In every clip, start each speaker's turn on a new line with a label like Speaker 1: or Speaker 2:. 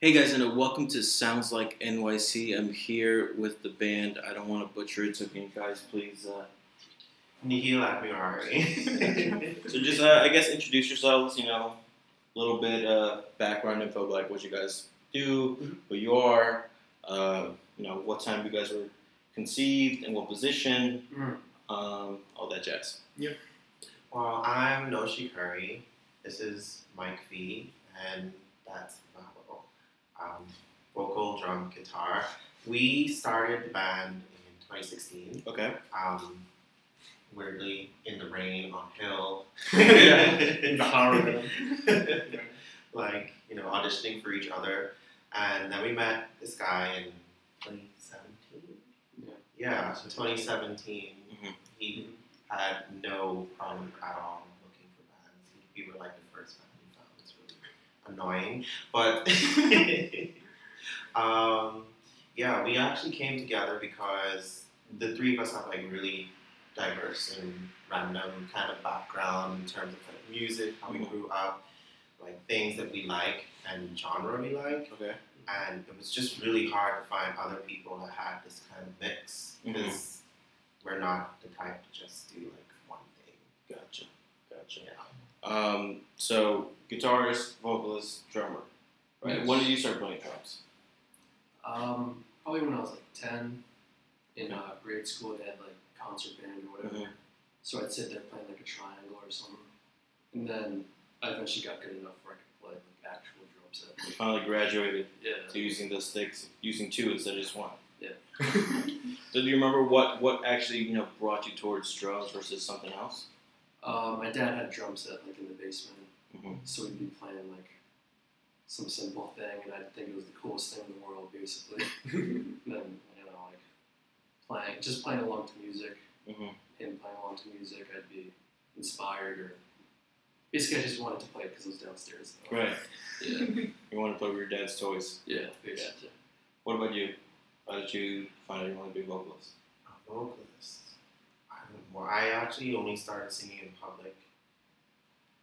Speaker 1: Hey guys, and welcome to Sounds Like NYC. I'm here with the band. I don't want to butcher it, so can you guys please? Uh...
Speaker 2: Nikki Lapierre.
Speaker 1: So just, uh, I guess, introduce yourselves. You know, a little bit uh, background info, like what you guys do, who you are, uh, you know, what time you guys were conceived, and what position,
Speaker 2: Mm.
Speaker 1: um, all that jazz.
Speaker 2: well, I'm Noshi Curry. This is Mike V, and that's Mahalo. Um, vocal, drum, guitar. We started the band in 2016.
Speaker 1: Okay.
Speaker 2: Um, weirdly, in the rain on hill.
Speaker 1: Yeah,
Speaker 2: in
Speaker 3: the horror.
Speaker 2: like you know, auditioning for each other, and then we met this guy in 2017.
Speaker 3: Yeah.
Speaker 2: Yeah, 2017.
Speaker 1: Mhm.
Speaker 2: He had no problem at all looking for bands. We were like the first band we found. It's really annoying, but um, yeah, we actually came together because the three of us have like really diverse and random kind of background in terms of like music, how we
Speaker 1: Mhm.
Speaker 2: grew up, like things that we like and genre we like
Speaker 1: Okay.
Speaker 2: and it was just really hard to find other people that had this kind of mix because we're not the type to just do like one thing.
Speaker 1: Gotcha. Gotcha.
Speaker 2: Yeah.
Speaker 1: Um, so guitarist, vocalist, drummer. Right.
Speaker 3: Yes.
Speaker 1: When did you start playing drums?
Speaker 3: Um, probably when I was like ten, in uh, grade school, they had like concert band or
Speaker 1: Mm-hmm.
Speaker 3: whatever. So I'd sit there playing like a triangle or something, and then I eventually got good enough where I could play like actual drum set.
Speaker 1: You finally graduated.
Speaker 3: Yeah.
Speaker 1: to using the sticks, using two instead of just one.
Speaker 3: Yeah.
Speaker 1: so do you remember what what actually you know brought you towards drums versus something else?
Speaker 3: Um, my dad had a drum set like in the basement,
Speaker 1: Mhm.
Speaker 3: so we'd be playing like some simple thing, and I'd think it was the coolest thing in the world, basically. and then you know like playing, just playing along to music.
Speaker 1: Mhm.
Speaker 3: him playing along to music, I'd be inspired or basically I just wanted to play it because it was downstairs. Though.
Speaker 1: Right.
Speaker 3: Yeah.
Speaker 1: You want to play with your dad's toys.
Speaker 3: Yeah. Basically.
Speaker 1: What about you? How did you find out you want to be a vocalist?
Speaker 2: A vocalist. I don't know. I actually only started singing in public.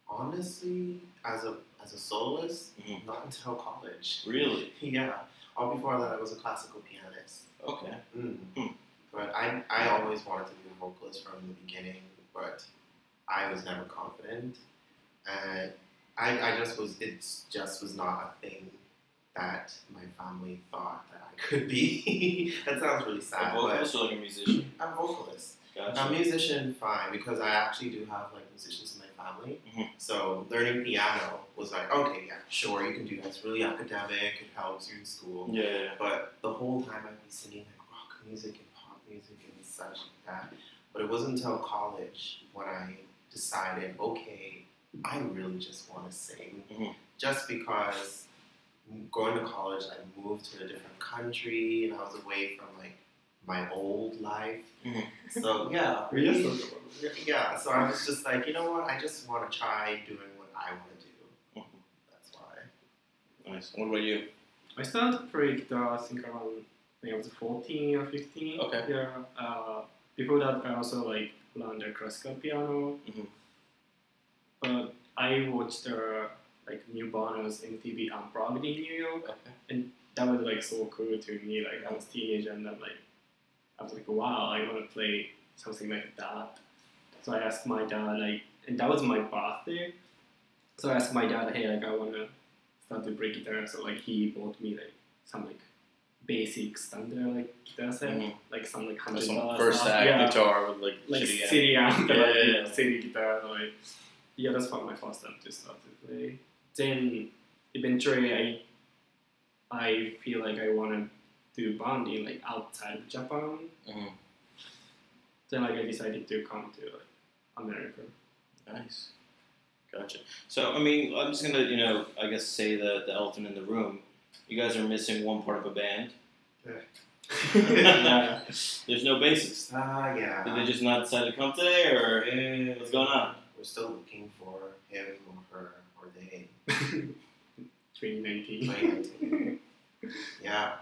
Speaker 2: Honestly, as a as a soloist,
Speaker 1: Mhm.
Speaker 2: not until college.
Speaker 1: Really?
Speaker 2: yeah. All before that, I was a classical pianist.
Speaker 1: Okay.
Speaker 2: Mm.
Speaker 1: Hmm.
Speaker 2: But I, I always wanted to be a vocalist from the beginning, but I was never confident, and I, I just was. It just was not a thing that my family thought that I could be. that sounds really
Speaker 1: A
Speaker 2: sad,
Speaker 1: vocalist or like a musician?
Speaker 2: but I'm a vocalist.
Speaker 1: Gotcha.
Speaker 2: A musician, fine, because I actually do have like musicians in my family.
Speaker 1: Mhm.
Speaker 2: So learning piano was like, okay, yeah, sure, you can do that. It's really academic. It helps you in school.
Speaker 1: Yeah, yeah, yeah.
Speaker 2: But the whole time I'd be singing like rock music and pop music and such like that. But it wasn't until college when I decided, okay, I really just want to sing.
Speaker 1: Mhm.
Speaker 2: Just because going to college, I moved to a different country and I was away from like my old life.
Speaker 1: Mhm.
Speaker 2: So yeah,
Speaker 3: Yeah.
Speaker 2: yeah. So I was just like, you know what? I just want to try doing what I want to do.
Speaker 1: Mhm.
Speaker 2: That's why.
Speaker 1: Nice. What about you?
Speaker 4: I started to play guitar, I think around when I was 14 or 15.
Speaker 1: Okay.
Speaker 4: Yeah. Uh, before that, I also like learned the classical piano.
Speaker 1: Mhm.
Speaker 4: But I watched uh, like Newborners MTV Unplugged in New York.
Speaker 1: Okay.
Speaker 4: That was like so cool to me. Like I was teenager and then like I was like, wow, I want to play something like that. So I asked my dad like, and that was my birthday. So I asked my dad, hey, like I wanna start to play guitar. So like he bought me like some like basic standard like guitar set,
Speaker 1: Mhm.
Speaker 4: like some like
Speaker 1: Just
Speaker 4: hundred
Speaker 1: some
Speaker 4: dollars.
Speaker 1: first
Speaker 4: off.
Speaker 1: act
Speaker 4: yeah,
Speaker 1: guitar with like,
Speaker 4: like
Speaker 1: shitty act.
Speaker 4: city amp,
Speaker 1: Yeah,
Speaker 4: like,
Speaker 1: yeah, yeah.
Speaker 4: city guitar. Like yeah, that's what my first time to start to play. Then eventually I I feel like I wanna do banding like outside of Japan.
Speaker 1: Mhm.
Speaker 4: Then like I decided to come to like America.
Speaker 1: Nice. Gotcha. So, I mean, I'm just gonna, you know, I guess say the, the elephant in the room. You guys are missing one part of a band.
Speaker 4: yeah.
Speaker 1: There's no bassist.
Speaker 2: Ah, yeah.
Speaker 1: Did they just not decide to come today, or eh, what's going on?
Speaker 2: We're still looking for him or her or they.
Speaker 4: 2019.
Speaker 2: Like, yeah,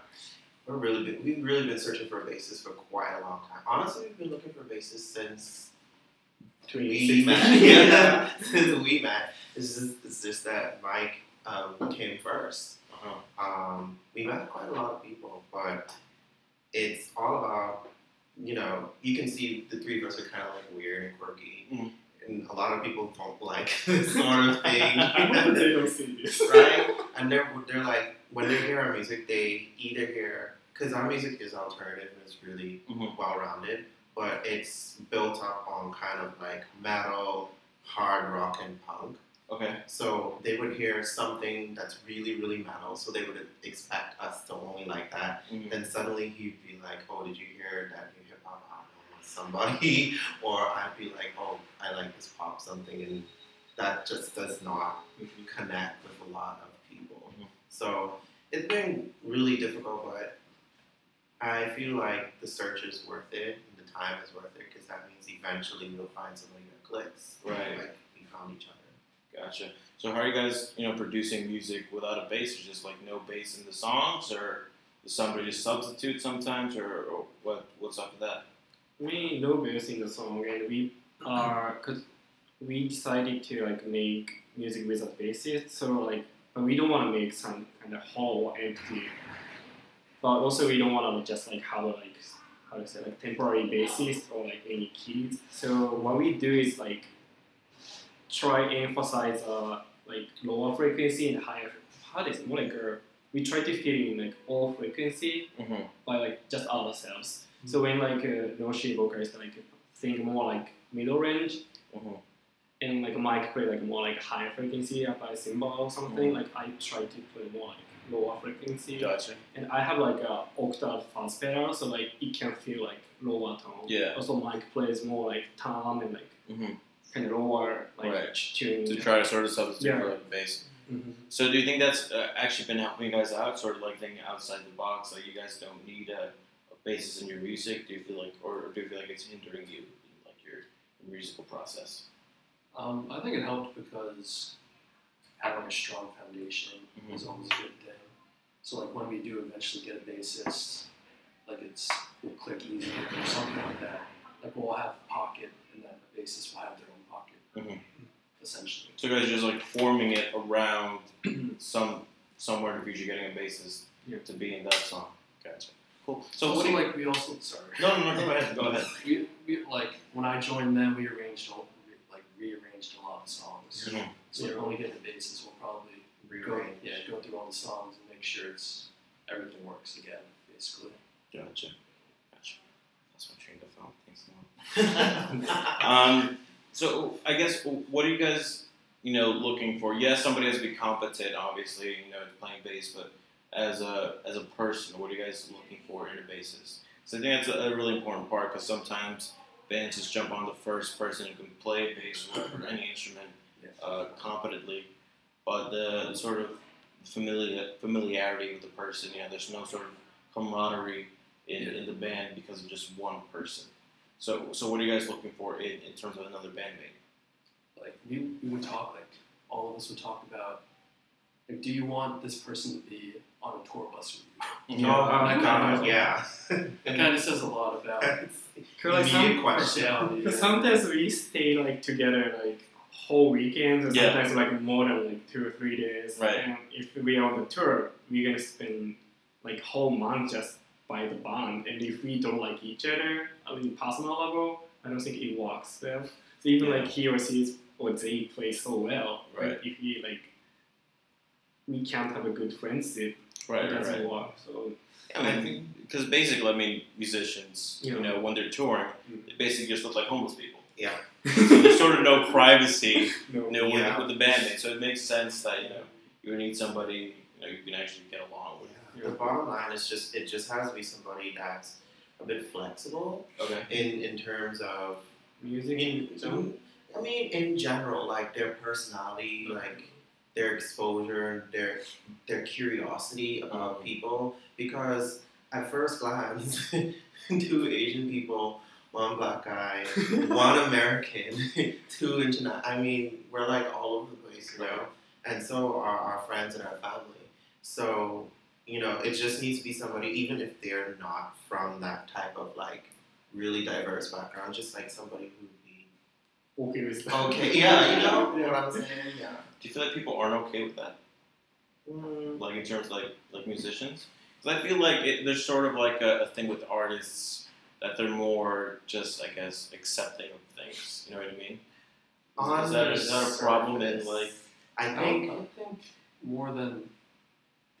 Speaker 2: we're really been, we've really been searching for a bassist for quite a long time. Honestly, we've been looking for a bassist since we
Speaker 4: 2016.
Speaker 2: met. Yeah, since we met. It's just, it's just that Mike um, uh, came first.
Speaker 1: Oh.
Speaker 2: Um, we met quite a lot of people, but it's all about, you know, you can see the three of us are kind of like weird and quirky.
Speaker 1: Mhm.
Speaker 2: And a lot of people don't like this sort of thing.
Speaker 4: they don't see this.
Speaker 2: right? And they're they're like when they hear our music, they either hear because our music is alternative and it's really
Speaker 1: Mhm.
Speaker 2: well rounded, but it's built up on kind of like metal, hard rock, and punk.
Speaker 1: Okay.
Speaker 2: So they would hear something that's really really metal, so they would expect us to only like that.
Speaker 1: Mhm.
Speaker 2: Then suddenly he'd be like, "Oh, did you hear that new hip hop album?" with Somebody, or I'd be like, "Oh, I like this pop something," and that just does not connect with a lot of people.
Speaker 1: Mhm.
Speaker 2: So it's been really difficult, but I feel like the search is worth it and the time is worth it because that means eventually we'll find somebody that clicks.
Speaker 1: Right.
Speaker 2: Like we found each other.
Speaker 1: Gotcha. So how are you guys, you know, producing music without a bass? Or just like no bass in the songs, or does somebody just substitute sometimes, or, or what? What's up with that?
Speaker 4: we know we sing the song and we are because we decided to like make music without bassist so like but we don't want to make some kind of whole empty but also we don't want to just like have a like how to say like temporary bassist or like any keys so what we do is like try emphasize uh like lower frequency and higher how does it more like uh, we try to fill in like all frequency
Speaker 1: Mm-hmm.
Speaker 4: by like just ourselves.
Speaker 1: Mm.
Speaker 4: So when like uh, Noshi vocalist like sing more like middle range
Speaker 1: Mm-hmm.
Speaker 4: and like Mike play like more like higher frequency up by cymbal or something,
Speaker 1: Mm.
Speaker 4: like I try to play more like lower frequency.
Speaker 1: Gotcha.
Speaker 4: And I have like a octave fast pedal, so like it can feel like lower tone.
Speaker 1: Yeah.
Speaker 4: Also Mike plays more like tom and like
Speaker 1: Mm-hmm.
Speaker 4: kind of lower like
Speaker 1: Right.
Speaker 4: tune.
Speaker 1: To try to sort of substitute
Speaker 4: Yeah.
Speaker 1: for like, a bass.
Speaker 4: Mhm.
Speaker 1: So do you think that's uh, actually been helping you guys out, sort of like thinking outside the box, like you guys don't need a, a basis in your music? Do you feel like, or, do you feel like it's hindering you, in, like your musical process?
Speaker 3: Um, I think it helped because having a strong foundation
Speaker 1: Mhm.
Speaker 3: is always a good thing. So like when we do eventually get a bassist, like it's will click easier or something like that. Like we'll all have a pocket, and then the bassist will have their own pocket,
Speaker 1: Mhm.
Speaker 3: Mm-hmm. essentially.
Speaker 1: So you guys are just like forming it around some somewhere in the future, getting a basis
Speaker 4: Yeah.
Speaker 1: to be in that song. Gotcha. Cool. So
Speaker 3: also,
Speaker 1: what do you?
Speaker 3: like we also sorry.
Speaker 1: No, no, no. Go ahead. Go ahead.
Speaker 3: We, we like when I joined them, we arranged all, like rearranged a lot of songs.
Speaker 1: Mhm.
Speaker 3: So like, when we get a bassist, we'll probably go
Speaker 2: Rearrange.
Speaker 3: yeah go through all the songs and make sure it's everything works again, basically.
Speaker 1: Gotcha. Gotcha. That's my train of thought. Thanks a lot.
Speaker 2: Oh,
Speaker 1: Um, so I guess what are you guys, you know, looking for? Yes, somebody has to be competent, obviously, you know, playing bass, but as a as a person, what are you guys looking for in a bassist? So I think that's a, a really important part because sometimes bands just jump on the first person who can play bass or whatever, any instrument
Speaker 3: Yeah.
Speaker 1: uh, competently, but the sort of familiar, familiarity with the person, you know, there's no sort of camaraderie in, in the band because of just one person. So, so what are you guys looking for in, in terms of another bandmate?
Speaker 3: like we, we would talk like all of us would talk about like do you want this person to be on a tour bus with
Speaker 2: Oh my
Speaker 4: Uh,
Speaker 2: god, yeah.
Speaker 3: you? It kind of says a lot about
Speaker 4: Could, like, some-
Speaker 2: Immediate question.
Speaker 3: personality.
Speaker 4: Because sometimes we stay like together like whole weekends, and
Speaker 1: Yeah.
Speaker 4: sometimes like more than like two or three days.
Speaker 1: Right.
Speaker 4: And if we are on the tour, we're gonna spend like whole month just by the band. And if we don't like each other, I mean personal level, I don't think it works well. So even
Speaker 1: Yeah.
Speaker 4: like he or she or they play so well, but
Speaker 1: Right.
Speaker 4: if we like we can't have a good friendship, it
Speaker 1: Right, right,
Speaker 4: doesn't
Speaker 1: right.
Speaker 4: work. So
Speaker 1: Yeah, I mean, because basically, I mean, musicians, you
Speaker 4: Yeah.
Speaker 1: know, when they're touring,
Speaker 4: Mm.
Speaker 1: they basically just look like homeless people.
Speaker 2: Yeah.
Speaker 1: so there's sort of no privacy,
Speaker 4: no.
Speaker 1: you know, with-
Speaker 2: Yeah.
Speaker 1: with, the bandmate. So it makes sense that you know you would need somebody you know you can actually get along with.
Speaker 2: The bottom line is just it just has to be somebody that's a bit flexible
Speaker 1: Okay.
Speaker 2: in in terms of I
Speaker 4: Music.
Speaker 2: mean,
Speaker 4: so-
Speaker 2: I mean, in general, like their personality, like their exposure, their their curiosity about people. Because at first glance, two Asian people, one black guy, one American, two international. I mean, we're like all over the place, you know. And so are our friends and our family. So you know, it just needs to be somebody, even if they're not from that type of like really diverse background, just like somebody who would be
Speaker 4: okay with that.
Speaker 2: Okay, yeah, you know what I'm saying? Yeah.
Speaker 1: Do you feel like people aren't okay with that?
Speaker 2: Mm,
Speaker 1: like in terms of like like musicians? Because I feel like it, there's sort of like a, a thing with artists that they're more just I guess accepting of things. You know what I mean?
Speaker 2: on
Speaker 1: Is that,
Speaker 2: the
Speaker 1: is that a problem in
Speaker 2: surface,
Speaker 1: like?
Speaker 2: I
Speaker 3: I
Speaker 2: think
Speaker 3: think, I think more than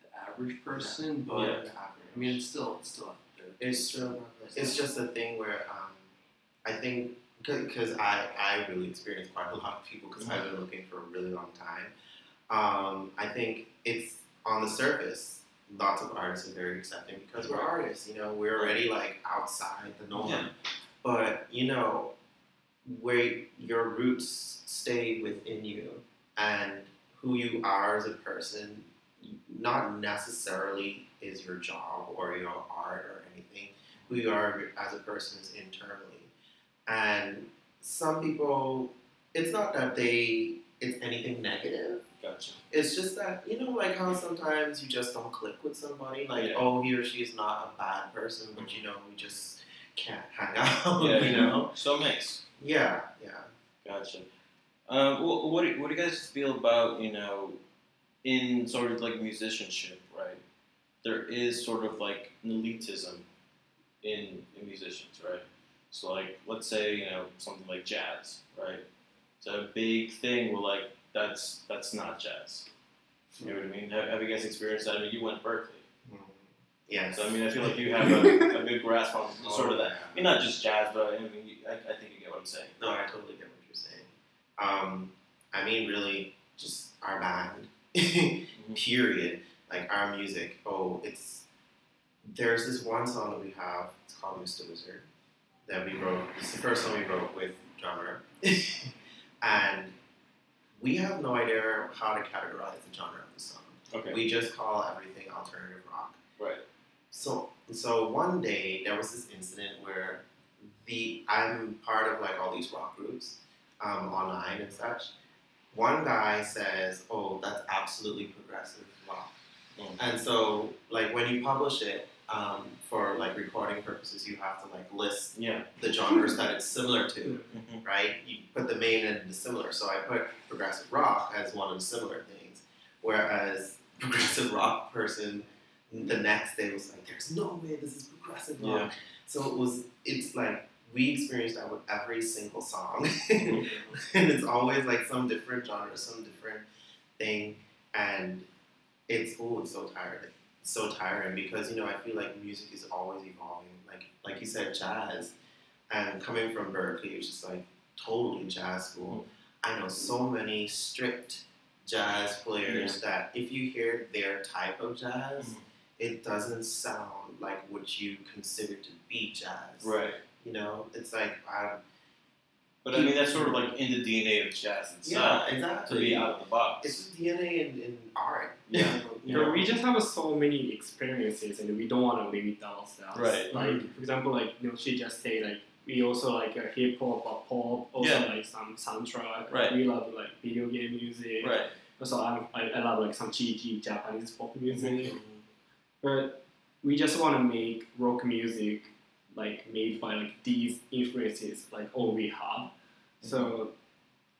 Speaker 3: the average person, but
Speaker 2: but
Speaker 3: I mean, it's still, it's still out there.
Speaker 2: It's still-
Speaker 3: It's
Speaker 2: It's just a thing where um, I think because I, I really experienced quite a lot of people because I've been looking for a really long time. Um, I think it's on the surface. Lots of artists are very accepting because we're artists. You know, we're already like outside the norm.
Speaker 1: Yeah.
Speaker 2: But you know, where your roots stay within you and who you are as a person, not necessarily is your job or your art or anything who you are as a person is internally. And some people, it's not that they, it's anything negative.
Speaker 1: Gotcha.
Speaker 2: It's just that, you know, like how sometimes you just don't click with somebody. Like,
Speaker 1: Yeah.
Speaker 2: oh, he or she is not a bad person, but you know, we just can't hang out,
Speaker 1: Yeah,
Speaker 2: you know?
Speaker 1: So mixed.
Speaker 2: Yeah, yeah.
Speaker 1: Gotcha. Um, wh- what do, what do you guys feel about you know, in sort of like musicianship, right? There is sort of like an elitism in, in musicians, right? So like, let's say you know something like jazz, right? It's a big thing. Where like that's that's not jazz. You know what I mean? Have, have you guys experienced that? I mean, you went to Berkeley,
Speaker 2: Yeah.
Speaker 1: Mm. so I mean, I feel like you have a, a good grasp on sort of that. I mean, not just jazz, but I mean, you, I, I think you get what I'm saying.
Speaker 2: No, I totally get what you're saying. Um, I mean, really, just our band, period. Like our music. Oh, it's there's this one song that we have. It's called Mr. Wizard that we wrote. It's the first song we wrote with drummer, and we have no idea how to categorize the genre of the song.
Speaker 1: Okay.
Speaker 2: We just call everything alternative rock.
Speaker 1: Right.
Speaker 2: So so one day there was this incident where the I'm part of like all these rock groups um, online and such. One guy says, "Oh, that's absolutely progressive rock,"
Speaker 1: Mm.
Speaker 2: and so like when you publish it um, for like recording purposes, you have to like list
Speaker 1: Yeah.
Speaker 2: the genres that it's similar to,
Speaker 1: Mhm.
Speaker 2: right? You put the main and the similar. So I put progressive rock as one of the similar things, whereas progressive rock person the next day was like, "There's no way this is progressive
Speaker 1: Yeah.
Speaker 2: rock." So it was. It's like we experienced that with every single song, and it's always like some different genre, some different thing, and it's oh, it's so tiring, it's so tiring because you know I feel like music is always evolving. Like like you said, jazz, and coming from Berkeley, it's just like totally jazz school. I know so many strict jazz players that if you hear their type of jazz it doesn't sound like what you consider to be jazz.
Speaker 1: Right.
Speaker 2: You know, it's like I
Speaker 1: But I mean, that's sort of like in the DNA of jazz
Speaker 2: yeah,
Speaker 1: itself
Speaker 2: exactly.
Speaker 1: to be out of the box.
Speaker 2: It's the DNA in, in art.
Speaker 1: yeah.
Speaker 4: You know, we just have so many experiences and we don't want to limit ourselves.
Speaker 1: Right.
Speaker 4: Like, for example, like, you know, she just say, like, we also like a hip hop or pop, also
Speaker 1: Yeah.
Speaker 4: like some soundtrack.
Speaker 1: Right.
Speaker 4: We love like video game music.
Speaker 1: Right.
Speaker 4: Also, I, I, I love like some cheeky Japanese pop
Speaker 1: Mm-hmm.
Speaker 4: music. But we just want to make rock music like made by like these influences, like all we have.
Speaker 1: Mm-hmm.
Speaker 4: So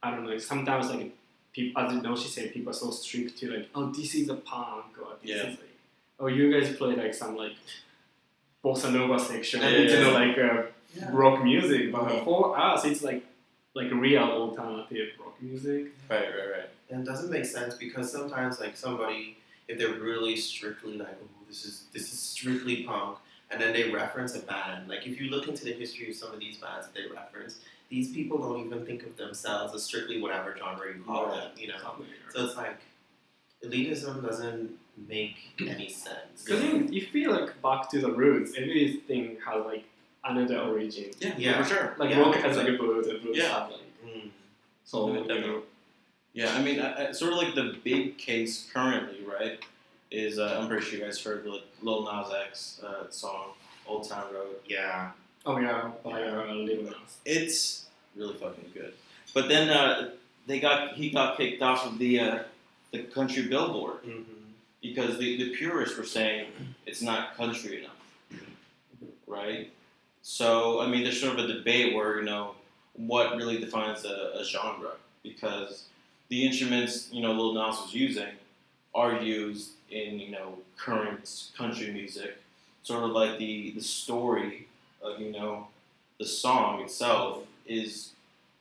Speaker 4: I don't know. Sometimes like people, as you know, she said people are so strict to like, oh, this is a punk, or this
Speaker 1: Yeah.
Speaker 4: is like, oh, you guys play like some like bossa nova section,
Speaker 1: Yeah,
Speaker 4: you
Speaker 1: yeah,
Speaker 4: know, like uh,
Speaker 2: Yeah.
Speaker 4: rock music. But
Speaker 1: Mhm.
Speaker 4: for us, it's like like real alternative rock music.
Speaker 1: Right. Right. Right.
Speaker 2: And it doesn't make sense because sometimes like somebody if they're really strictly like, oh, this is this is strictly punk and then they reference a band. Like if you look into the history of some of these bands that they reference, these people don't even think of themselves as strictly whatever genre you call
Speaker 1: Yeah.
Speaker 2: them, you know. So it's like elitism doesn't make any sense.
Speaker 4: Because you, you feel like back to the roots. Everything has like another origin.
Speaker 2: Yeah.
Speaker 1: For sure.
Speaker 4: Like
Speaker 2: Yeah.
Speaker 4: rock has like a Oh, blues, and blues
Speaker 1: Yeah.
Speaker 4: have like
Speaker 2: Mm.
Speaker 4: so.
Speaker 1: Yeah,
Speaker 4: you
Speaker 1: definitely.
Speaker 4: know,
Speaker 1: Yeah. I mean, I, I, sort of like the big case currently, right? Is uh, I'm pretty sure you guys heard the Lil Nas X uh, song "Old Town Road."
Speaker 2: Yeah.
Speaker 4: Oh yeah, by uh, Lil Nas.
Speaker 1: It's really fucking good. But then uh, they got he got kicked off of the uh, the country billboard
Speaker 2: Mm-hmm.
Speaker 1: because the, the purists were saying it's not country enough, right? So I mean, there's sort of a debate where you know what really defines a, a genre because the instruments you know Lil Nas was using are used in you know current country music, sort of like the the story of you know the song itself is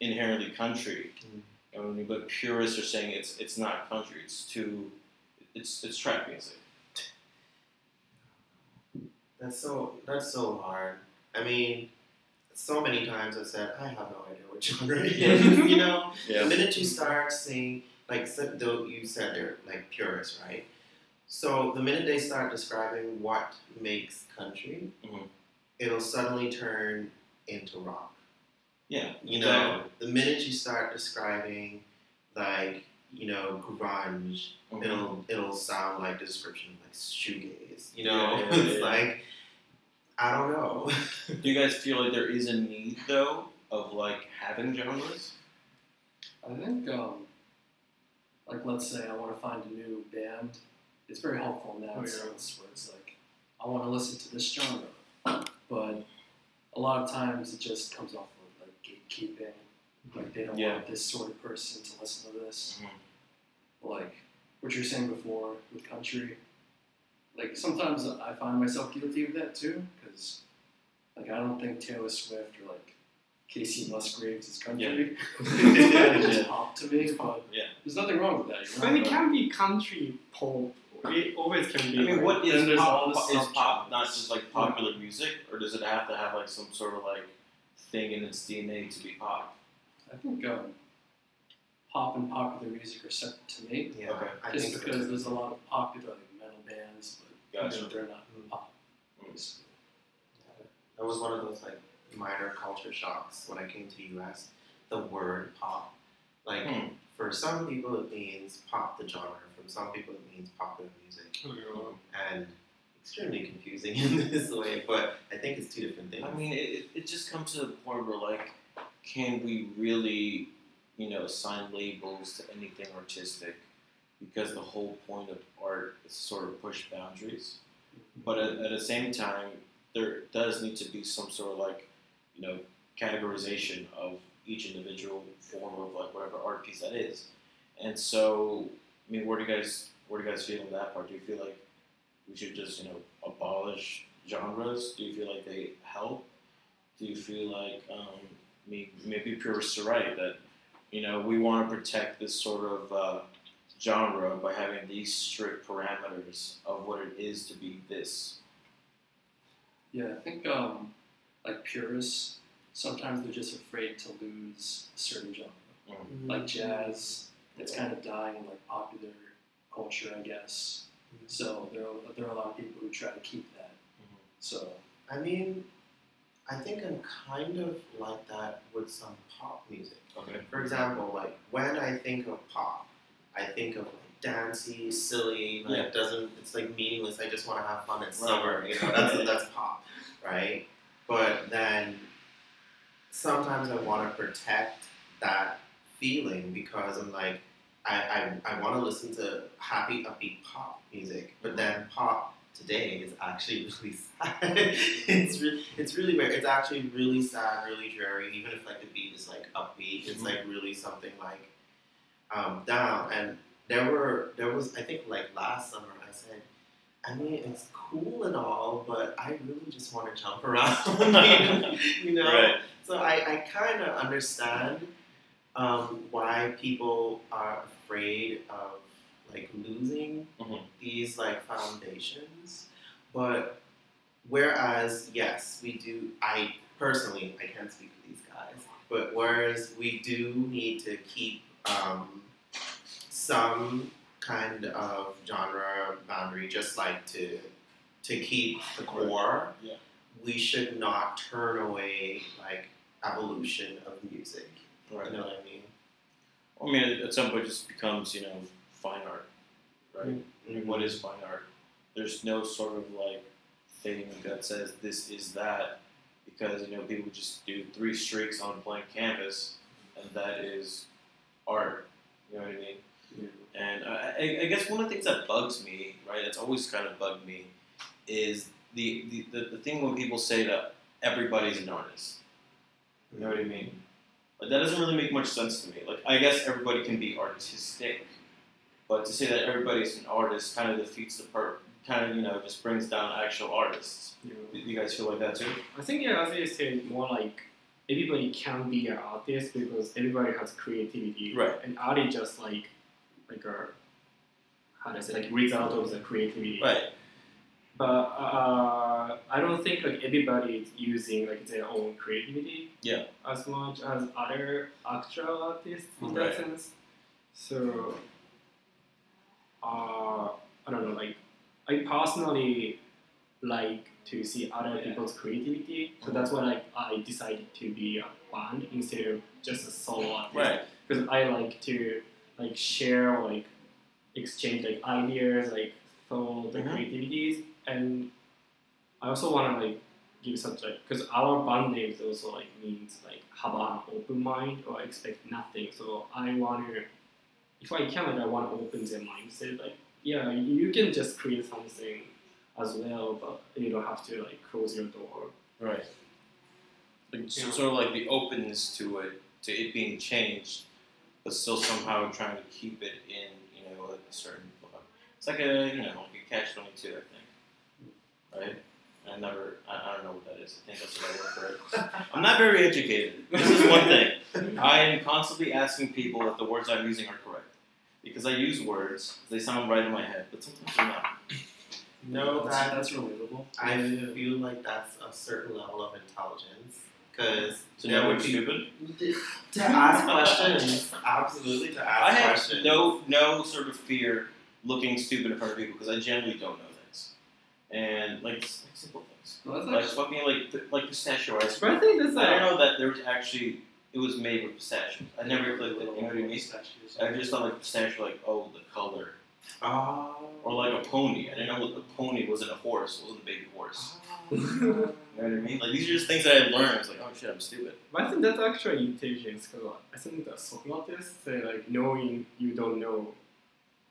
Speaker 1: inherently country,
Speaker 2: Mhm.
Speaker 1: and when you but purists are saying it's it's not country, it's too it's it's trap music.
Speaker 2: That's so that's so hard. I mean, so many times I've said I have no idea what genre it is. you know, the minute you start seeing, like so- though you said they're like purists, right? So the minute they start describing what makes country,
Speaker 1: Mhm.
Speaker 2: it'll suddenly turn into rock.
Speaker 1: yeah,
Speaker 2: You know, the minute you start describing, like you know, grunge,
Speaker 1: Mhm.
Speaker 2: it'll it'll sound like description of like shoegaze. You
Speaker 1: Yeah,
Speaker 2: know,
Speaker 1: yeah,
Speaker 2: it's
Speaker 1: yeah.
Speaker 2: like I don't know.
Speaker 1: Do you guys feel like there is a need though of like having genres?
Speaker 3: I think, um, like, let's say I want to find a new band. It's very helpful in that
Speaker 4: Oh, yeah.
Speaker 3: sense where it's like, I want to listen to this genre. But a lot of times it just comes off of like gatekeeping. Like, they don't
Speaker 1: Yeah.
Speaker 3: want this sort of person to listen to this. Like, what you were saying before with country. Like, sometimes I find myself guilty of that too, because, like, I don't think Taylor Swift or, like, Casey Musgraves is country. it's pop to me, but
Speaker 1: Yeah.
Speaker 3: there's nothing wrong with that. You know?
Speaker 4: But it can be country pop. It always can
Speaker 1: I
Speaker 4: be.
Speaker 1: mean,
Speaker 4: like,
Speaker 1: what
Speaker 4: then
Speaker 1: is
Speaker 4: there's
Speaker 1: pop?
Speaker 4: all this
Speaker 1: Is
Speaker 4: stuff.
Speaker 1: pop not just like popular music, or does it have to have like some sort of like thing in its DNA to be pop?
Speaker 3: I think um, pop and popular music are separate to me,
Speaker 2: Yeah,
Speaker 1: Okay.
Speaker 2: I
Speaker 3: just
Speaker 2: think
Speaker 3: because there's a lot of popular like, metal bands, but you know, they're not
Speaker 2: Mm.
Speaker 3: pop.
Speaker 1: Mm.
Speaker 3: So,
Speaker 2: that was one of those like minor culture shocks when I came to the U.S. The word pop, like
Speaker 1: Hmm.
Speaker 2: for some people it means pop the genre, for some people it means popular music, and extremely confusing in this way. But I think it's two different things.
Speaker 1: I mean, it, it- it just comes to the point where like, can we really, you know, assign labels to anything artistic? Because the whole point of art is to sort of push boundaries. But at, at the same time, there does need to be some sort of like, you know, categorization of each individual form of like whatever art piece that is. And so, I mean, where do you guys where do you guys feel on that part? Do you feel like we should just you know abolish genres? Do you feel like they help? Do you feel like um, may- maybe purists are right that you know we want to protect this sort of uh, genre by having these strict parameters of what it is to be this?
Speaker 3: yeah, I think um, like purists, sometimes they're just afraid to lose a certain genre,
Speaker 4: Mm.
Speaker 2: Mm-hmm.
Speaker 3: like jazz. It's kind of dying in like popular culture, I guess.
Speaker 2: Mhm.
Speaker 3: So there are, there are a lot of people who try to keep that.
Speaker 1: Mhm.
Speaker 3: So
Speaker 2: I mean, I think I'm kind of like that with some pop music.
Speaker 1: Okay.
Speaker 2: For example, like when I think of pop, I think of like dancey, silly, like
Speaker 1: Yeah.
Speaker 2: doesn't it's like meaningless. I just want to have fun. It's
Speaker 1: Right.
Speaker 2: summer, you know. That's that's pop, right? But then sometimes I want to protect that feeling because I'm like I I, I want to listen to happy, upbeat pop music,
Speaker 1: Mm-hmm.
Speaker 2: but then pop today is actually really sad. it's re- it's really weird. It's actually really sad, really dreary. Even if like the beat is like upbeat, it's like really something like um, down. And there were there was I think like last summer I said, I mean it's cool and all, but I really just want to jump around, you know. So I I kind of understand um, why people are afraid of like losing
Speaker 1: Mhm.
Speaker 2: these like foundations, but whereas yes we do I personally I can't speak for these guys, but whereas we do need to keep um, some kind of genre boundary, just like to to keep the core.
Speaker 1: Yeah.
Speaker 2: We should not turn away like evolution of music.
Speaker 1: Right.
Speaker 2: You know what I mean?
Speaker 1: I mean, at- at some point, it just becomes you know fine art, right? I mean, what is fine art? There's no sort of like thing that says this is that because you know people just do three streaks on a blank canvas and that is art. You know what I mean? And I, I, I guess one of the things that bugs me, right, that's always kind of bugged me, is the, the, the, the thing when people say that everybody's an artist. You know what I mean? Like, that doesn't really make much sense to me. Like, I guess everybody can be artistic, but But to say that everybody's an artist kind of defeats the purpose. Kind of you know just brings down actual artists.
Speaker 4: You know?
Speaker 1: Do you guys feel like that too?
Speaker 4: I think yeah, as you said, more like everybody can be an artist because everybody has creativity.
Speaker 1: Right.
Speaker 4: And art is just like like a how to say like result of the creativity.
Speaker 1: Right.
Speaker 4: But uh, I don't think like everybody is using like their own creativity.
Speaker 1: Yeah.
Speaker 4: As much as other actual artists in
Speaker 1: Right.
Speaker 4: that sense. So. Uh, I don't know. Like, I personally like to see other
Speaker 1: Yeah.
Speaker 4: people's creativity. So that's why like I decided to be a band instead of just a solo artist.
Speaker 1: Right.
Speaker 4: Because I like to like share like exchange like ideas, like thoughts, and
Speaker 1: Mhm.
Speaker 4: creativities, and I also want to like give some like because our band name is also like means like have an open mind or expect nothing. So I want to if I can like I want to open their mindset like yeah you can just create something as well, but you don't have to like close your door.
Speaker 1: Right. Like, so,
Speaker 4: Yeah.
Speaker 1: Sort of like the openness to it, to it being changed, but still somehow trying to keep it in, you know, a certain. It's like a, you know, like a catch twenty two, I think. Right. I never, I, I don't know what that is. I think that's what I word for it. I'm not very educated. This is one thing. I am constantly asking people if the words I'm using are correct. Because I use words, they sound right in my head, but sometimes they're not.
Speaker 2: No,
Speaker 3: that's,
Speaker 2: that-
Speaker 3: that's relatable.
Speaker 2: I
Speaker 3: Yeah, yeah.
Speaker 2: feel like that's a certain level of intelligence. Because
Speaker 1: So
Speaker 2: there
Speaker 1: now we're
Speaker 2: would be
Speaker 1: stupid.
Speaker 2: to ask questions, absolutely to ask
Speaker 1: I have
Speaker 2: questions.
Speaker 1: no no sort of fear looking stupid in front of people because I generally don't know things, and like, s- like simple things,
Speaker 3: No, that's
Speaker 1: like
Speaker 3: actually-
Speaker 1: fucking like th- like pistachio ice cream.
Speaker 4: But I think that's
Speaker 1: I
Speaker 4: like
Speaker 1: don't know that there was actually it was made with pistachios. I never clicked it. You know what I mean? I just thought like pistachio, like oh the color,
Speaker 2: Oh.
Speaker 1: or like a pony. I didn't know what the pony was in a horse. It wasn't a baby horse.
Speaker 2: Oh.
Speaker 1: You know what I mean? Like these are just things that I had learned. I was like, oh shit, I'm stupid.
Speaker 4: But I think that's actually intelligence because I think that Socrates say like knowing you don't know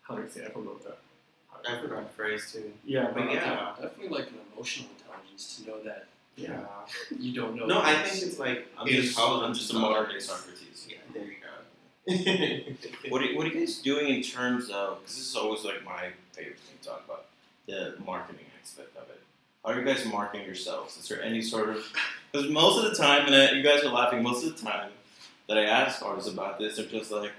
Speaker 4: how to say I forgot that.
Speaker 2: I forgot the phrase too.
Speaker 4: Yeah, but
Speaker 2: But yeah.
Speaker 3: Definitely like an emotional intelligence to know that
Speaker 2: Yeah.
Speaker 3: you don't know.
Speaker 2: No, I
Speaker 3: things.
Speaker 2: think it's like
Speaker 1: I'm just I'm
Speaker 2: intelligence
Speaker 1: just a modern day
Speaker 2: is-
Speaker 1: Socrates.
Speaker 2: Yeah, there you go.
Speaker 1: What are, what are you guys doing in terms of? Because this is always like my favorite thing to talk about the marketing aspect of it. How are you guys marketing yourselves? Is there any sort of? Because most of the time, and I, you guys are laughing, most of the time that I ask artists about this, they're just like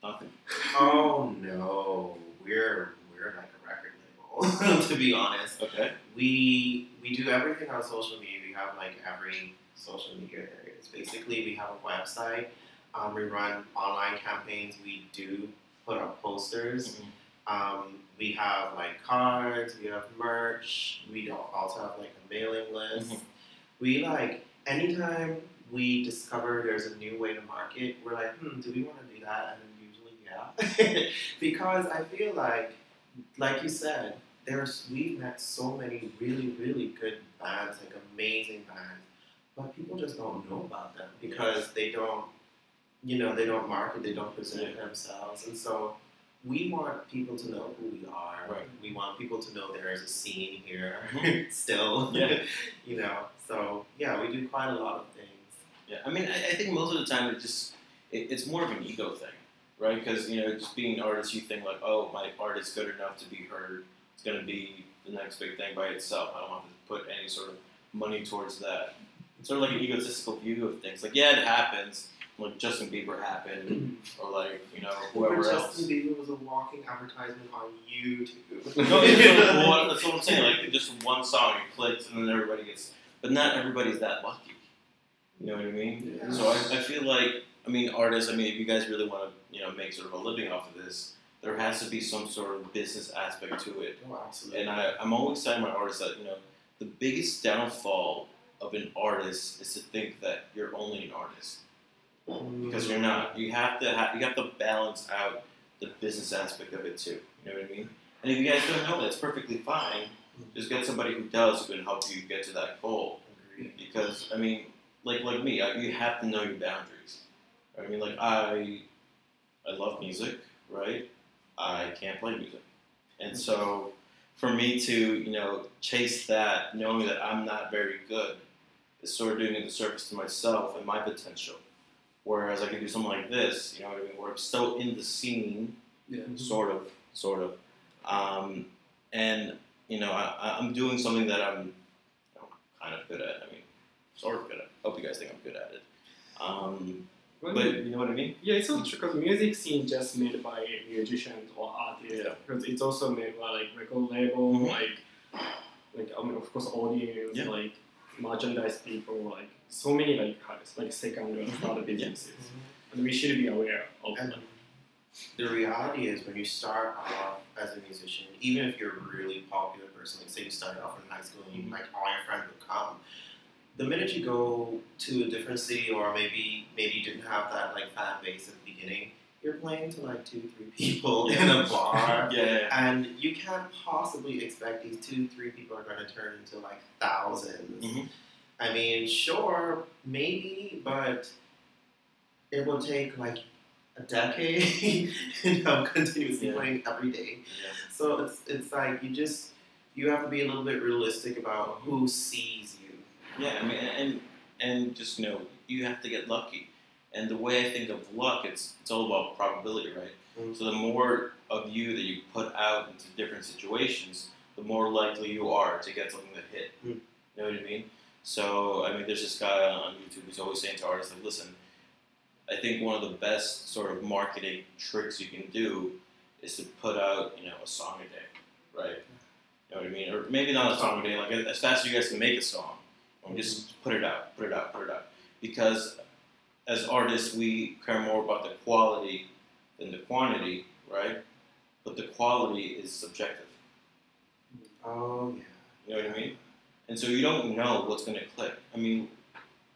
Speaker 1: nothing.
Speaker 2: oh no, we're we're like a record label to be honest.
Speaker 1: Okay.
Speaker 2: we we do everything on social media. We have like every social media there is. Basically, we have a website. Um, we run online campaigns. We do put up posters. Um, we have like cards. We have merch. We al- also have like a mailing list.
Speaker 1: Mhm.
Speaker 2: We like anytime we discover there's a new way to market, we're like, hmm, do we want to do that? And then usually, yeah, because I feel like, like you said, there's we've met so many really really good bands, like amazing bands, but people just don't know about them because they don't, you know, they don't market, they don't present themselves, and so we want people to know who we are.
Speaker 1: Right. Mm-hmm.
Speaker 2: We want people to know there is a scene here still.
Speaker 1: Yeah.
Speaker 2: you know, so yeah, we do quite a lot of things.
Speaker 1: Yeah. I mean, I, I think most of the time it just it, it's more of an ego thing, right? Because you know, just being an artist, you think like, oh, my art is good enough to be heard. It's gonna be the next big thing by itself. I don't have to put any sort of money towards that. It's sort of like an egotistical view of things. Like, yeah, it happens. Like Justin Bieber happened, or like you know whoever
Speaker 2: Justin
Speaker 1: else.
Speaker 2: Bieber was a walking advertisement on YouTube.
Speaker 1: No, it's just like one- that's what I'm saying. Like just one song, it clicks, and then everybody gets. But not everybody's that lucky. You know what I mean?
Speaker 2: Yeah.
Speaker 1: So I, I feel like I mean artists. I mean, if you guys really want to, you know, make sort of a living off of this, there has to be some sort of business aspect to it.
Speaker 2: Oh, absolutely.
Speaker 1: And I, I'm always telling my artists that you know the biggest downfall of an artist is to think that you're only an artist
Speaker 2: Mm.
Speaker 1: because you're not. You have to ha- you have to balance out the business aspect of it too. You know what I mean? And if you guys don't know, that's perfectly fine. Just get somebody who does who can help you get to that goal.
Speaker 2: Agreed.
Speaker 1: Because I mean, like like me, I, you have to know your boundaries. I mean, like I, I love music, right? I can't play music, and so for me to you know chase that, knowing that I'm not very good, is sort of doing a disservice to myself and my potential. Whereas I can do something like this, you know what I mean, where I'm still in the scene,
Speaker 3: Yeah.
Speaker 1: sort of, sort of. Um, and you know, I, I- I'm doing something that I'm you know, kind of good at. I mean, sort of good at. Hope you guys think I'm good at it. Um, but you know what I mean?
Speaker 4: Yeah, it's not true because music scene just made by musicians or artists.
Speaker 1: Yeah.
Speaker 4: Because it's also made by like record label,
Speaker 1: Mhm.
Speaker 4: like like I mean, of course audience,
Speaker 1: Yeah.
Speaker 4: like merchandise people, like so many like artists, like second and other
Speaker 1: Mm-hmm.
Speaker 4: businesses. And we should be aware of
Speaker 2: And
Speaker 4: like,
Speaker 2: the reality is, when you start off as a musician, even if you're a really popular person, like say you started off in high school and you, like all your friends would come, the minute you go to a different city or maybe maybe you didn't have that like fan base at the beginning, you're playing to like two three people in a bar.
Speaker 1: Yeah, yeah, yeah.
Speaker 2: And you can't possibly expect these two, three people are going to turn into like 1000s
Speaker 1: Mhm.
Speaker 2: I mean, sure, maybe, but it will take like a decade of continuously
Speaker 1: Yeah.
Speaker 2: playing every day.
Speaker 1: Yeah.
Speaker 2: So it's it's like you just you have to be a little bit realistic about who sees you.
Speaker 1: Yeah, I mean, and and just you know, you have to get lucky. And the way I think of luck, it's it's all about probability, right?
Speaker 2: Mhm.
Speaker 1: So the more of you that you put out into different situations, the more likely you are to get something that hit.
Speaker 2: Mm.
Speaker 1: You know what I mean? So I mean, there's this guy on YouTube who's always saying to artists, like, listen, I think one of the best sort of marketing tricks you can do is to put out, you know, a song a day, right? You know what I mean? Or maybe not a song a day, like as fast as you guys can make a song, or just put it out, put it out, put it out. Because as artists, we care more about the quality than the quantity, right? But the quality is subjective.
Speaker 2: Oh yeah.
Speaker 1: You know what I mean? And so you don't know what's going to click. I mean,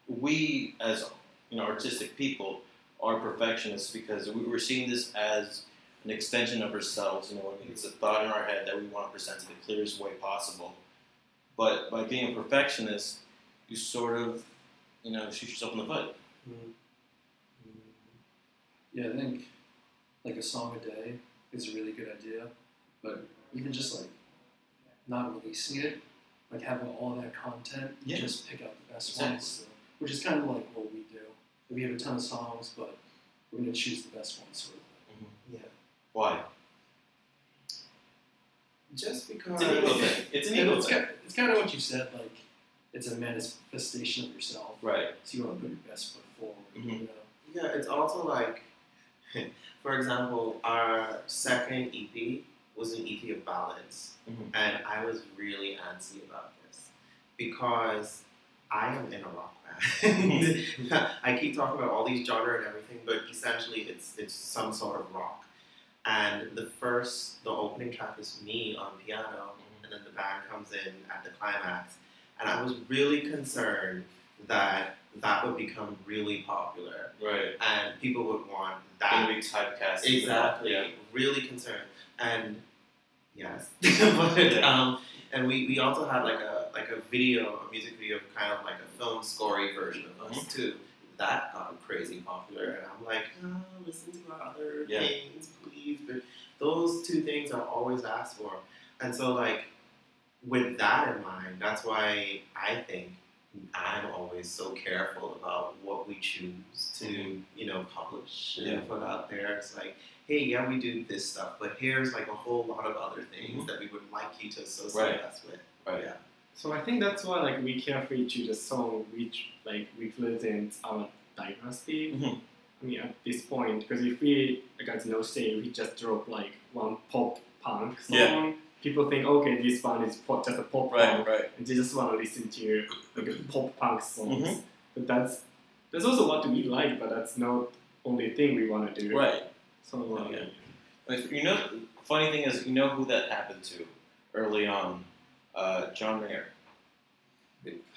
Speaker 1: we as you know artistic people are perfectionists because we were seeing this as an extension of ourselves. You know, what I mean, it's a thought in our head that we want to present in the clearest way possible. But by being a perfectionist, you sort of you know shoot yourself in the foot.
Speaker 3: Yeah, I think like a song a day is a really good idea, but even just like not releasing it, like having all that content, you
Speaker 1: Yeah.
Speaker 3: just pick out the best
Speaker 1: Exactly.
Speaker 3: ones, which is kind of like what we do. We have a ton of songs, but we're gonna choose the best ones. Sort of.
Speaker 1: Why?
Speaker 2: Just because
Speaker 1: It's an ego thing. It's an
Speaker 3: And
Speaker 1: ego
Speaker 3: it's,
Speaker 1: thing.
Speaker 3: kind, it's kind of what you said, like it's a manifestation of yourself,
Speaker 1: Right.
Speaker 3: so you want to put your best foot forward. You
Speaker 1: Mhm.
Speaker 3: know?
Speaker 2: Yeah, it's also like, for example, our second EP was an EP of ballads,
Speaker 1: Mhm.
Speaker 2: and I was really antsy about this because I am in a rock band. I keep talking about all these genre and everything, but essentially, it's it's some sort of rock. And the first, the opening track is me on piano, and then the band comes in at the climax, and I was really concerned that that would become really popular
Speaker 1: Right.
Speaker 2: and people would want
Speaker 1: Gonna
Speaker 2: that.
Speaker 1: be typecast.
Speaker 2: Exactly.
Speaker 1: Yeah.
Speaker 2: Really concerned. And yes. but um and we, we also had like a like a video, a music video of kind of like a film scory version of
Speaker 1: Mm-hmm.
Speaker 2: us too. That got crazy popular and I'm like, oh, listen to our other
Speaker 1: Yeah.
Speaker 2: things, please. But those two things are always asked for. And so like with that in mind, that's why I think I'm always so careful about what we choose to,
Speaker 1: Mhm.
Speaker 2: you know, publish and
Speaker 1: Yeah.
Speaker 2: put out there. It's like, hey, yeah, we do this stuff, but here's like a whole lot of other things that we would like you to associate
Speaker 1: Mm-hmm. Right.
Speaker 2: us with.
Speaker 1: Right.
Speaker 2: Yeah.
Speaker 4: So I think that's why like we carefully choose a song which like represents our diversity.
Speaker 1: Mhm.
Speaker 4: I mean at this point, because if we against no say we just drop like one pop punk song,
Speaker 1: Yeah.
Speaker 4: people think okay this one is pop, just a pop
Speaker 1: Right.
Speaker 4: punk,
Speaker 1: Right.
Speaker 4: and they just want to listen to like pop punk songs.
Speaker 1: Mhm.
Speaker 4: But that's that's also what we like, but that's not only thing we want to do.
Speaker 1: Right.
Speaker 4: So uh, like,
Speaker 1: Yeah. Like, you know, funny thing is, you know who that happened to early on, uh, John Mayer.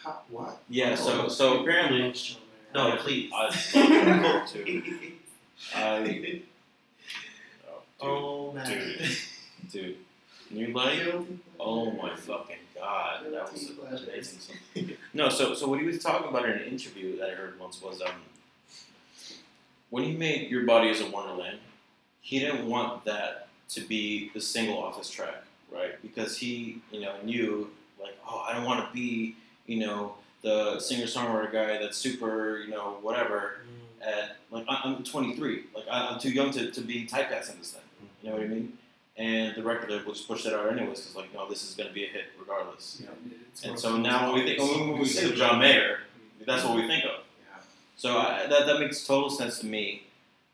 Speaker 2: How, what?
Speaker 1: Yeah. So, so
Speaker 3: I
Speaker 1: apparently,
Speaker 3: love John Mayer.
Speaker 2: No,
Speaker 1: Yeah.
Speaker 2: please.
Speaker 1: I love John Mayer too. I oh,
Speaker 2: oh man.
Speaker 1: Dude. dude, dude, new light. Oh my fucking god, that was an amazing. Song. No, so so what he was talking about in an interview that I heard once was um, when he made Your Body Is a Wonderland, he didn't want that to be the single off his track, right? Because he you know knew like oh I don't want to be you know the singer songwriter guy that's super you know whatever at like I- I'm 23, like I- I'm too young to, to be typecasting this thing. You know what I mean? and the record label just pushed that out anyways because like no, this is gonna be a hit regardless.
Speaker 3: Yeah, it's
Speaker 1: And
Speaker 3: more
Speaker 1: so
Speaker 3: fun.
Speaker 1: now when we think when we say John Mayer, that's what we think of.
Speaker 2: Yeah.
Speaker 1: So I, that that makes total sense to me.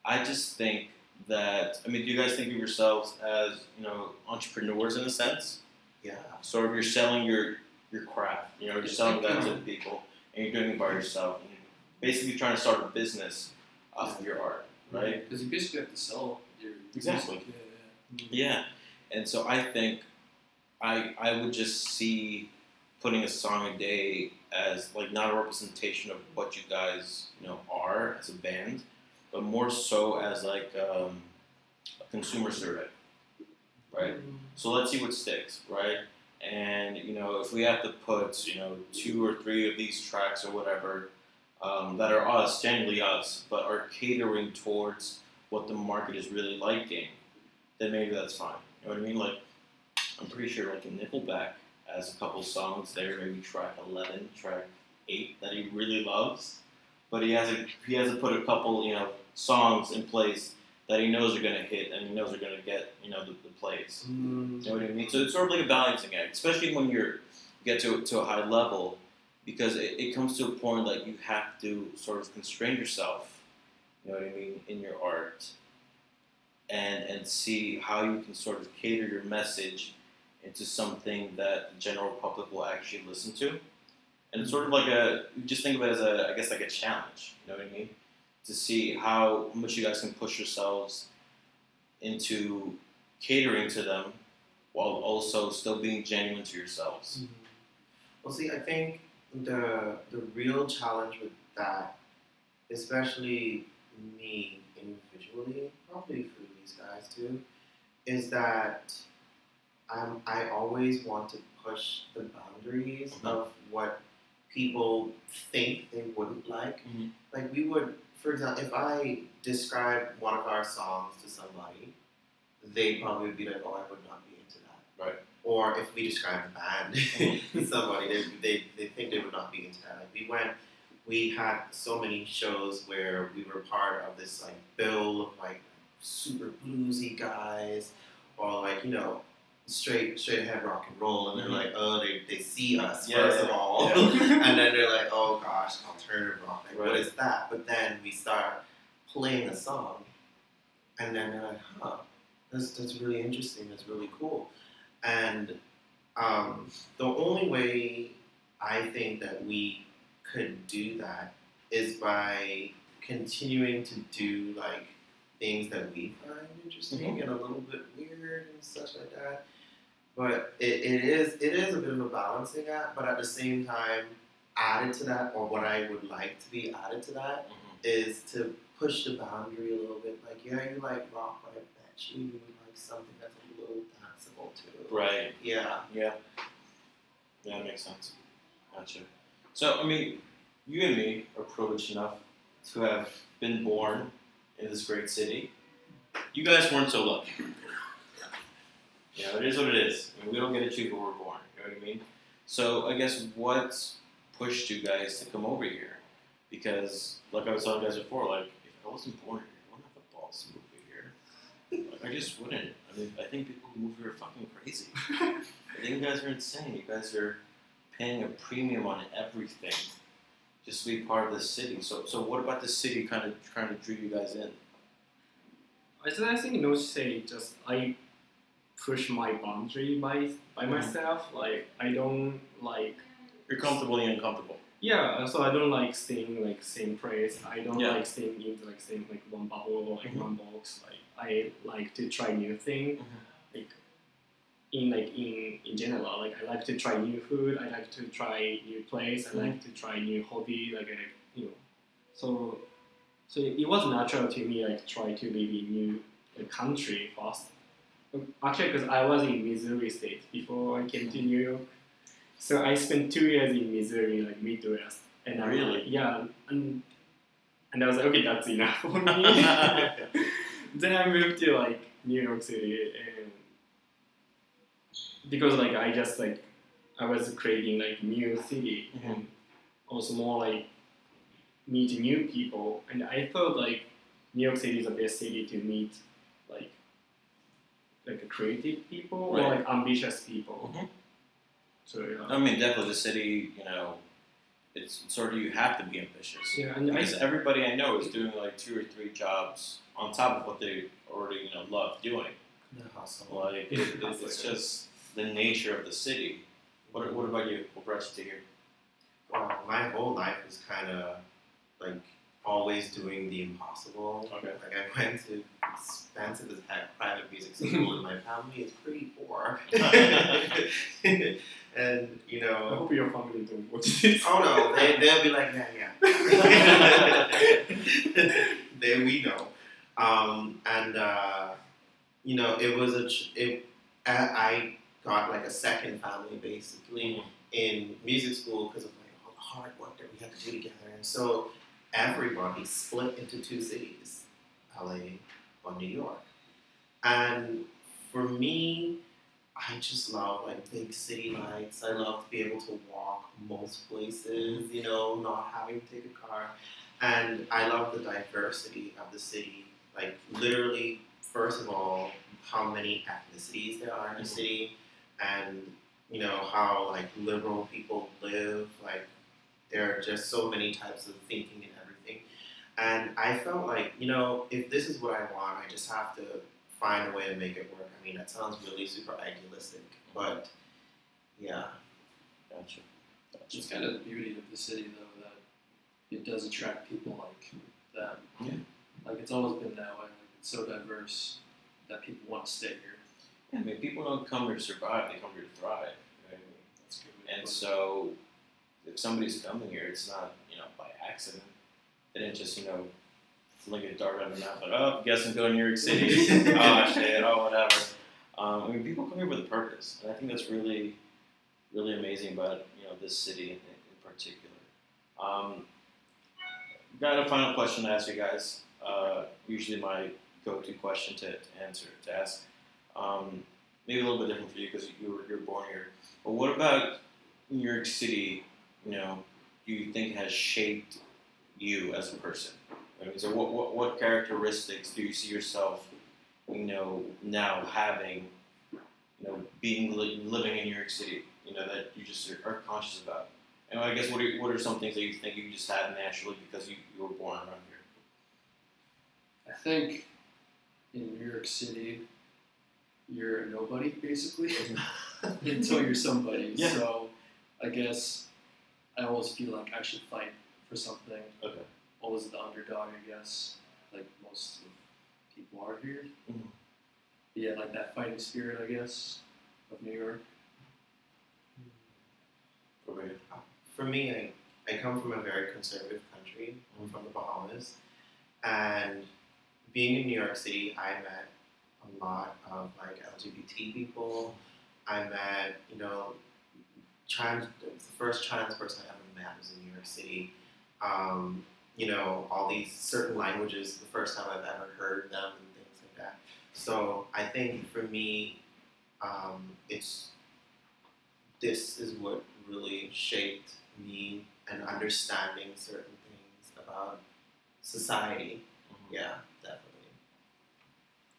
Speaker 1: I just think that I mean, do you guys think of yourselves as you know entrepreneurs in a sense?
Speaker 2: Yeah.
Speaker 1: Sort of you're selling your your craft. You know, you're selling that to people, and you're doing it by yourself. And you're basically trying to start a business off of your art, right?
Speaker 3: Because you basically have to sell your
Speaker 1: Exactly.
Speaker 3: Yeah, yeah.
Speaker 1: Yeah, and so I think I I would just see putting a song a day as like not a representation of what you guys you know are as a band, but more so as like um, a consumer survey, right? So let's see what sticks, right? And you know if we have to put you know two or three of these tracks or whatever um, that are us, genuinely us, but are catering towards what the market is really liking then maybe that's fine. You know what I mean? Like, I'm pretty sure like Nickelback has a couple songs there, maybe track eleven, track eight that he really loves, but he hasn't he hasn't put a couple you know songs in place that he knows are gonna hit and he knows are gonna get you know the, the plays.
Speaker 3: Mm,
Speaker 1: You know what I mean? So it's sort of like a balancing act, especially when you're get to to a high level, because it, it comes to a point like you have to sort of constrain yourself. You know what I mean in your art, and and see how you can sort of cater your message into something that the general public will actually listen to, and it's sort of like a just think of it as a I guess like a challenge. You know what I mean? To see how much you guys can push yourselves into catering to them while also still being genuine to yourselves.
Speaker 2: Well, see, I think the the real challenge with that, especially me individually, probably for these guys too, is that um, I always want to push the boundaries
Speaker 1: Mhm.
Speaker 2: of what people think they wouldn't like.
Speaker 1: Mhm.
Speaker 2: Like we would, for example, if I describe one of our songs to somebody, they probably would be like, "Oh, I would not be into that."
Speaker 1: Right. Mm-hmm.
Speaker 2: Or if we describe the band to somebody, they, they, they think they would not be into that. Like we went, we had so many shows where we were part of this like bill of like super bluesy guys, or like you know straight straight ahead rock and roll, and they're like, oh, they, they see us
Speaker 1: Mm-hmm. Yeah,
Speaker 2: first
Speaker 1: yeah,
Speaker 2: of all, and then they're like, oh gosh, alternative rock, like what
Speaker 1: Right.
Speaker 2: is that? But then we start playing a song, and then they're like, huh, that's that's really interesting, that's really cool, and um, the only way I think that we could do that is by continuing to do like things that we find interesting and a little bit weird and such like that. But it, it is it is a bit of a balancing act, but at the same time, added to that, or what I would like to be added to that,
Speaker 1: Mhm.
Speaker 2: is to push the boundary a little bit. Like, yeah, you like rock, but I bet you would like something that's a little danceable too.
Speaker 1: Right.
Speaker 2: Yeah.
Speaker 1: Yeah. Yeah, that makes sense. Gotcha. So, I mean, you and me are privileged enough to have been born in this great city. You guys weren't so lucky. You know, it is what it is. I mean, we don't get to choose where we're born. You know what I mean? So, I guess what pushed you guys to come over here? Because, like I was telling you guys before, like, if I wasn't born here, I wouldn't have the balls to move over here. Like, I just wouldn't. I mean, I think people who move here are fucking crazy. I think you guys are insane. You guys are paying a premium on everything just to be part of this city. So, so what about the city kind of trying to drew you guys in?
Speaker 4: I just I think no say just I push my boundary by by
Speaker 1: Mhm.
Speaker 4: myself. Like I don't like
Speaker 1: You're comfortably uncomfortable.
Speaker 4: yeah. So I don't like staying like same place. I don't
Speaker 1: Yeah.
Speaker 4: like staying in like same like one bubble or like
Speaker 1: Mhm.
Speaker 4: one box. Like I like to try new thing.
Speaker 1: Mhm.
Speaker 4: Like in like in in general, like I like to try new food. I like to try new place. I like to try new hobby. Like I like you know. So so it, it was natural to me like try to live in new uh, country first. Actually, because I was in Missouri State before I came to New York, so I spent two years in Missouri, like Midwest, and I'm
Speaker 1: Really?
Speaker 4: like, yeah, and and I was like, okay, that's enough for me. then I moved to like New York City, and because like I just like I was creating like new city and also more like meet new people, and I thought like New York City is the best city to meet like like creative people or
Speaker 1: Right. Um,
Speaker 4: like ambitious people.
Speaker 1: Mhm.
Speaker 4: So yeah.
Speaker 1: I mean, definitely the city. You know, it's sort of you have to be ambitious.
Speaker 4: yeah, and I,
Speaker 1: Because everybody I know is doing like two or three jobs on top of what they already you know love doing.
Speaker 2: Hustle.
Speaker 1: Like it, it- it's just the nature of the city. What, what about you? What brought you to here?
Speaker 2: Wow, my whole life is kind of like always doing the impossible.
Speaker 1: Okay.
Speaker 2: Like I went to expensive as heck private music school, and my family is pretty poor. and you
Speaker 4: I
Speaker 2: know,
Speaker 4: hope your family don't watch this.
Speaker 2: oh no, they they'll be like, yeah, yeah. they we know, um, and uh, you know it was a ch- it. I- I got like a second family basically in music school because of like all the hard work that we had to do together. And so everybody split into two cities, LA or New York. And for me, I just love like big city lights. I love to be able to walk most places, you know, not having to take a car. And I love the diversity of the city. Like literally, first of all, how many ethnicities there are in the
Speaker 1: Mhm.
Speaker 2: city and you know how like liberal people live like there are just so many types of thinking and everything and i felt like you know if this is what i want i just have to find a way to make it work i mean that sounds really super idealistic but yeah
Speaker 1: Gotcha.
Speaker 3: It's kind of the beauty of the city, though, that it does attract people like them.
Speaker 1: Yeah.
Speaker 3: Like it's always been that way. Like it's so diverse that people want to stay here.
Speaker 1: I mean, people don't come here to survive; they come here to thrive. You know what I mean?
Speaker 3: That's a good. way to
Speaker 1: And
Speaker 3: put it.
Speaker 1: so, if somebody's coming here, it's not you know by accident. They didn't just you know fling a dart at them mouth like, oh, guess I'm going to New York City. oh shit, oh whatever. Um, I mean, people come here with a purpose, and I think that's really, really amazing about you know this city in, in particular. Um, got a final question to ask you guys. Uh, usually my go-to question to, to answer to ask. Um, maybe a little bit different for you because you were you're born here. But what about New York City? You know, do you think has shaped you as a person? I mean, so what, what what characteristics do you see yourself, you know, now having, you know, being li- living in New York City? You know that you just are, are conscious about. And I guess what are what are some things that you think you just have naturally because you, you were born around here?
Speaker 3: I think in New York City, you're a nobody basically until you're somebody.
Speaker 1: Yeah.
Speaker 3: So I guess I always feel like I should fight for something.
Speaker 1: Okay.
Speaker 3: Always the underdog, I guess. Like most of people are here.
Speaker 4: Mm-hmm.
Speaker 1: Mhm.
Speaker 3: Yeah, like that fighting spirit, I guess, of New York.
Speaker 1: Over here.
Speaker 2: for me, I, I come from a very conservative country. I'm from the Bahamas. And being in New York City, I met a lot of like LGBT people. I met, you know, trans, the first trans person I ever met was in New York City. Um, you know, all these certain languages, the first time I've ever heard them and things like that. So I think for me, um, it's this is what really shaped me and understanding certain things about society. Yeah, definitely.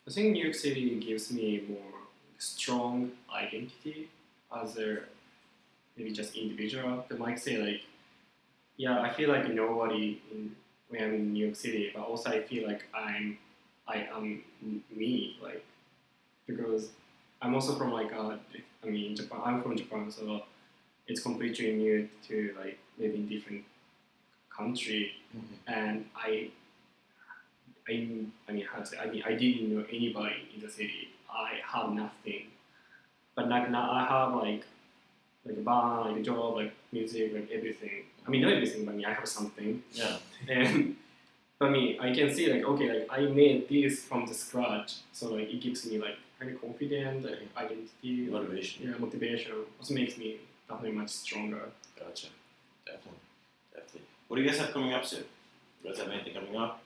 Speaker 4: I think New York City gives me more strong identity as a maybe just individual. They might say like, yeah, I feel like nobody in, when I'm in New York City, but also I feel like I'm I am m- me like because I'm also from like uh, I mean Japan. I'm from Japan, so it's completely new to like live in different country,
Speaker 1: Mhm.
Speaker 4: and I I, I mean, how to say, I mean, I didn't know anybody in the city. I have nothing. But like now, I have like, like a bar, like a job, like music, like everything. I mean, not everything, but I mean, I have something.
Speaker 1: Yeah.
Speaker 4: And but me, I can see like, okay, like I made this from the scratch, so like it gives me like kind of confidence, like identity, like,
Speaker 1: Motivation.
Speaker 4: yeah, motivation. Also makes me definitely much stronger.
Speaker 1: Gotcha. Definitely. Definitely. What do you guys have coming up soon? You guys have anything coming up?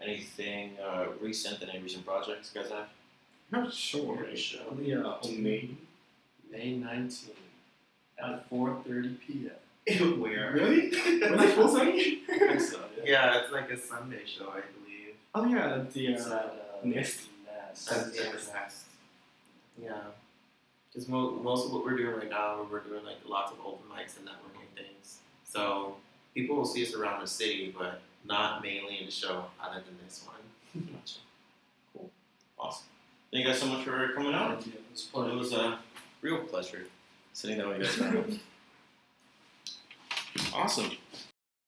Speaker 1: Anything uh, recent? Any recent projects you guys have?
Speaker 4: Not sure.
Speaker 1: Sure.
Speaker 4: Yeah, on uh, May.
Speaker 3: May 19th at 4.30 p.m.
Speaker 2: Where?
Speaker 4: Really? Was it full Sunday?
Speaker 3: I think so, yeah.
Speaker 2: Yeah, it's like a Sunday show, I believe.
Speaker 4: Oh yeah, the.
Speaker 3: It's
Speaker 4: Uh,
Speaker 3: at, uh,
Speaker 4: Nest.
Speaker 3: Nest.
Speaker 2: That's the last. Yeah. Because mo- most of what we're doing right now, we're doing like lots of open mics and networking things. So people will see us around the city, but not mainly in the show other than this one.
Speaker 1: Gotcha. Cool. Awesome. Thank you guys so much for coming out.
Speaker 3: Thank you. It was a
Speaker 1: Well,
Speaker 3: pleasure.
Speaker 1: it was a real pleasure sitting down with you guys. awesome.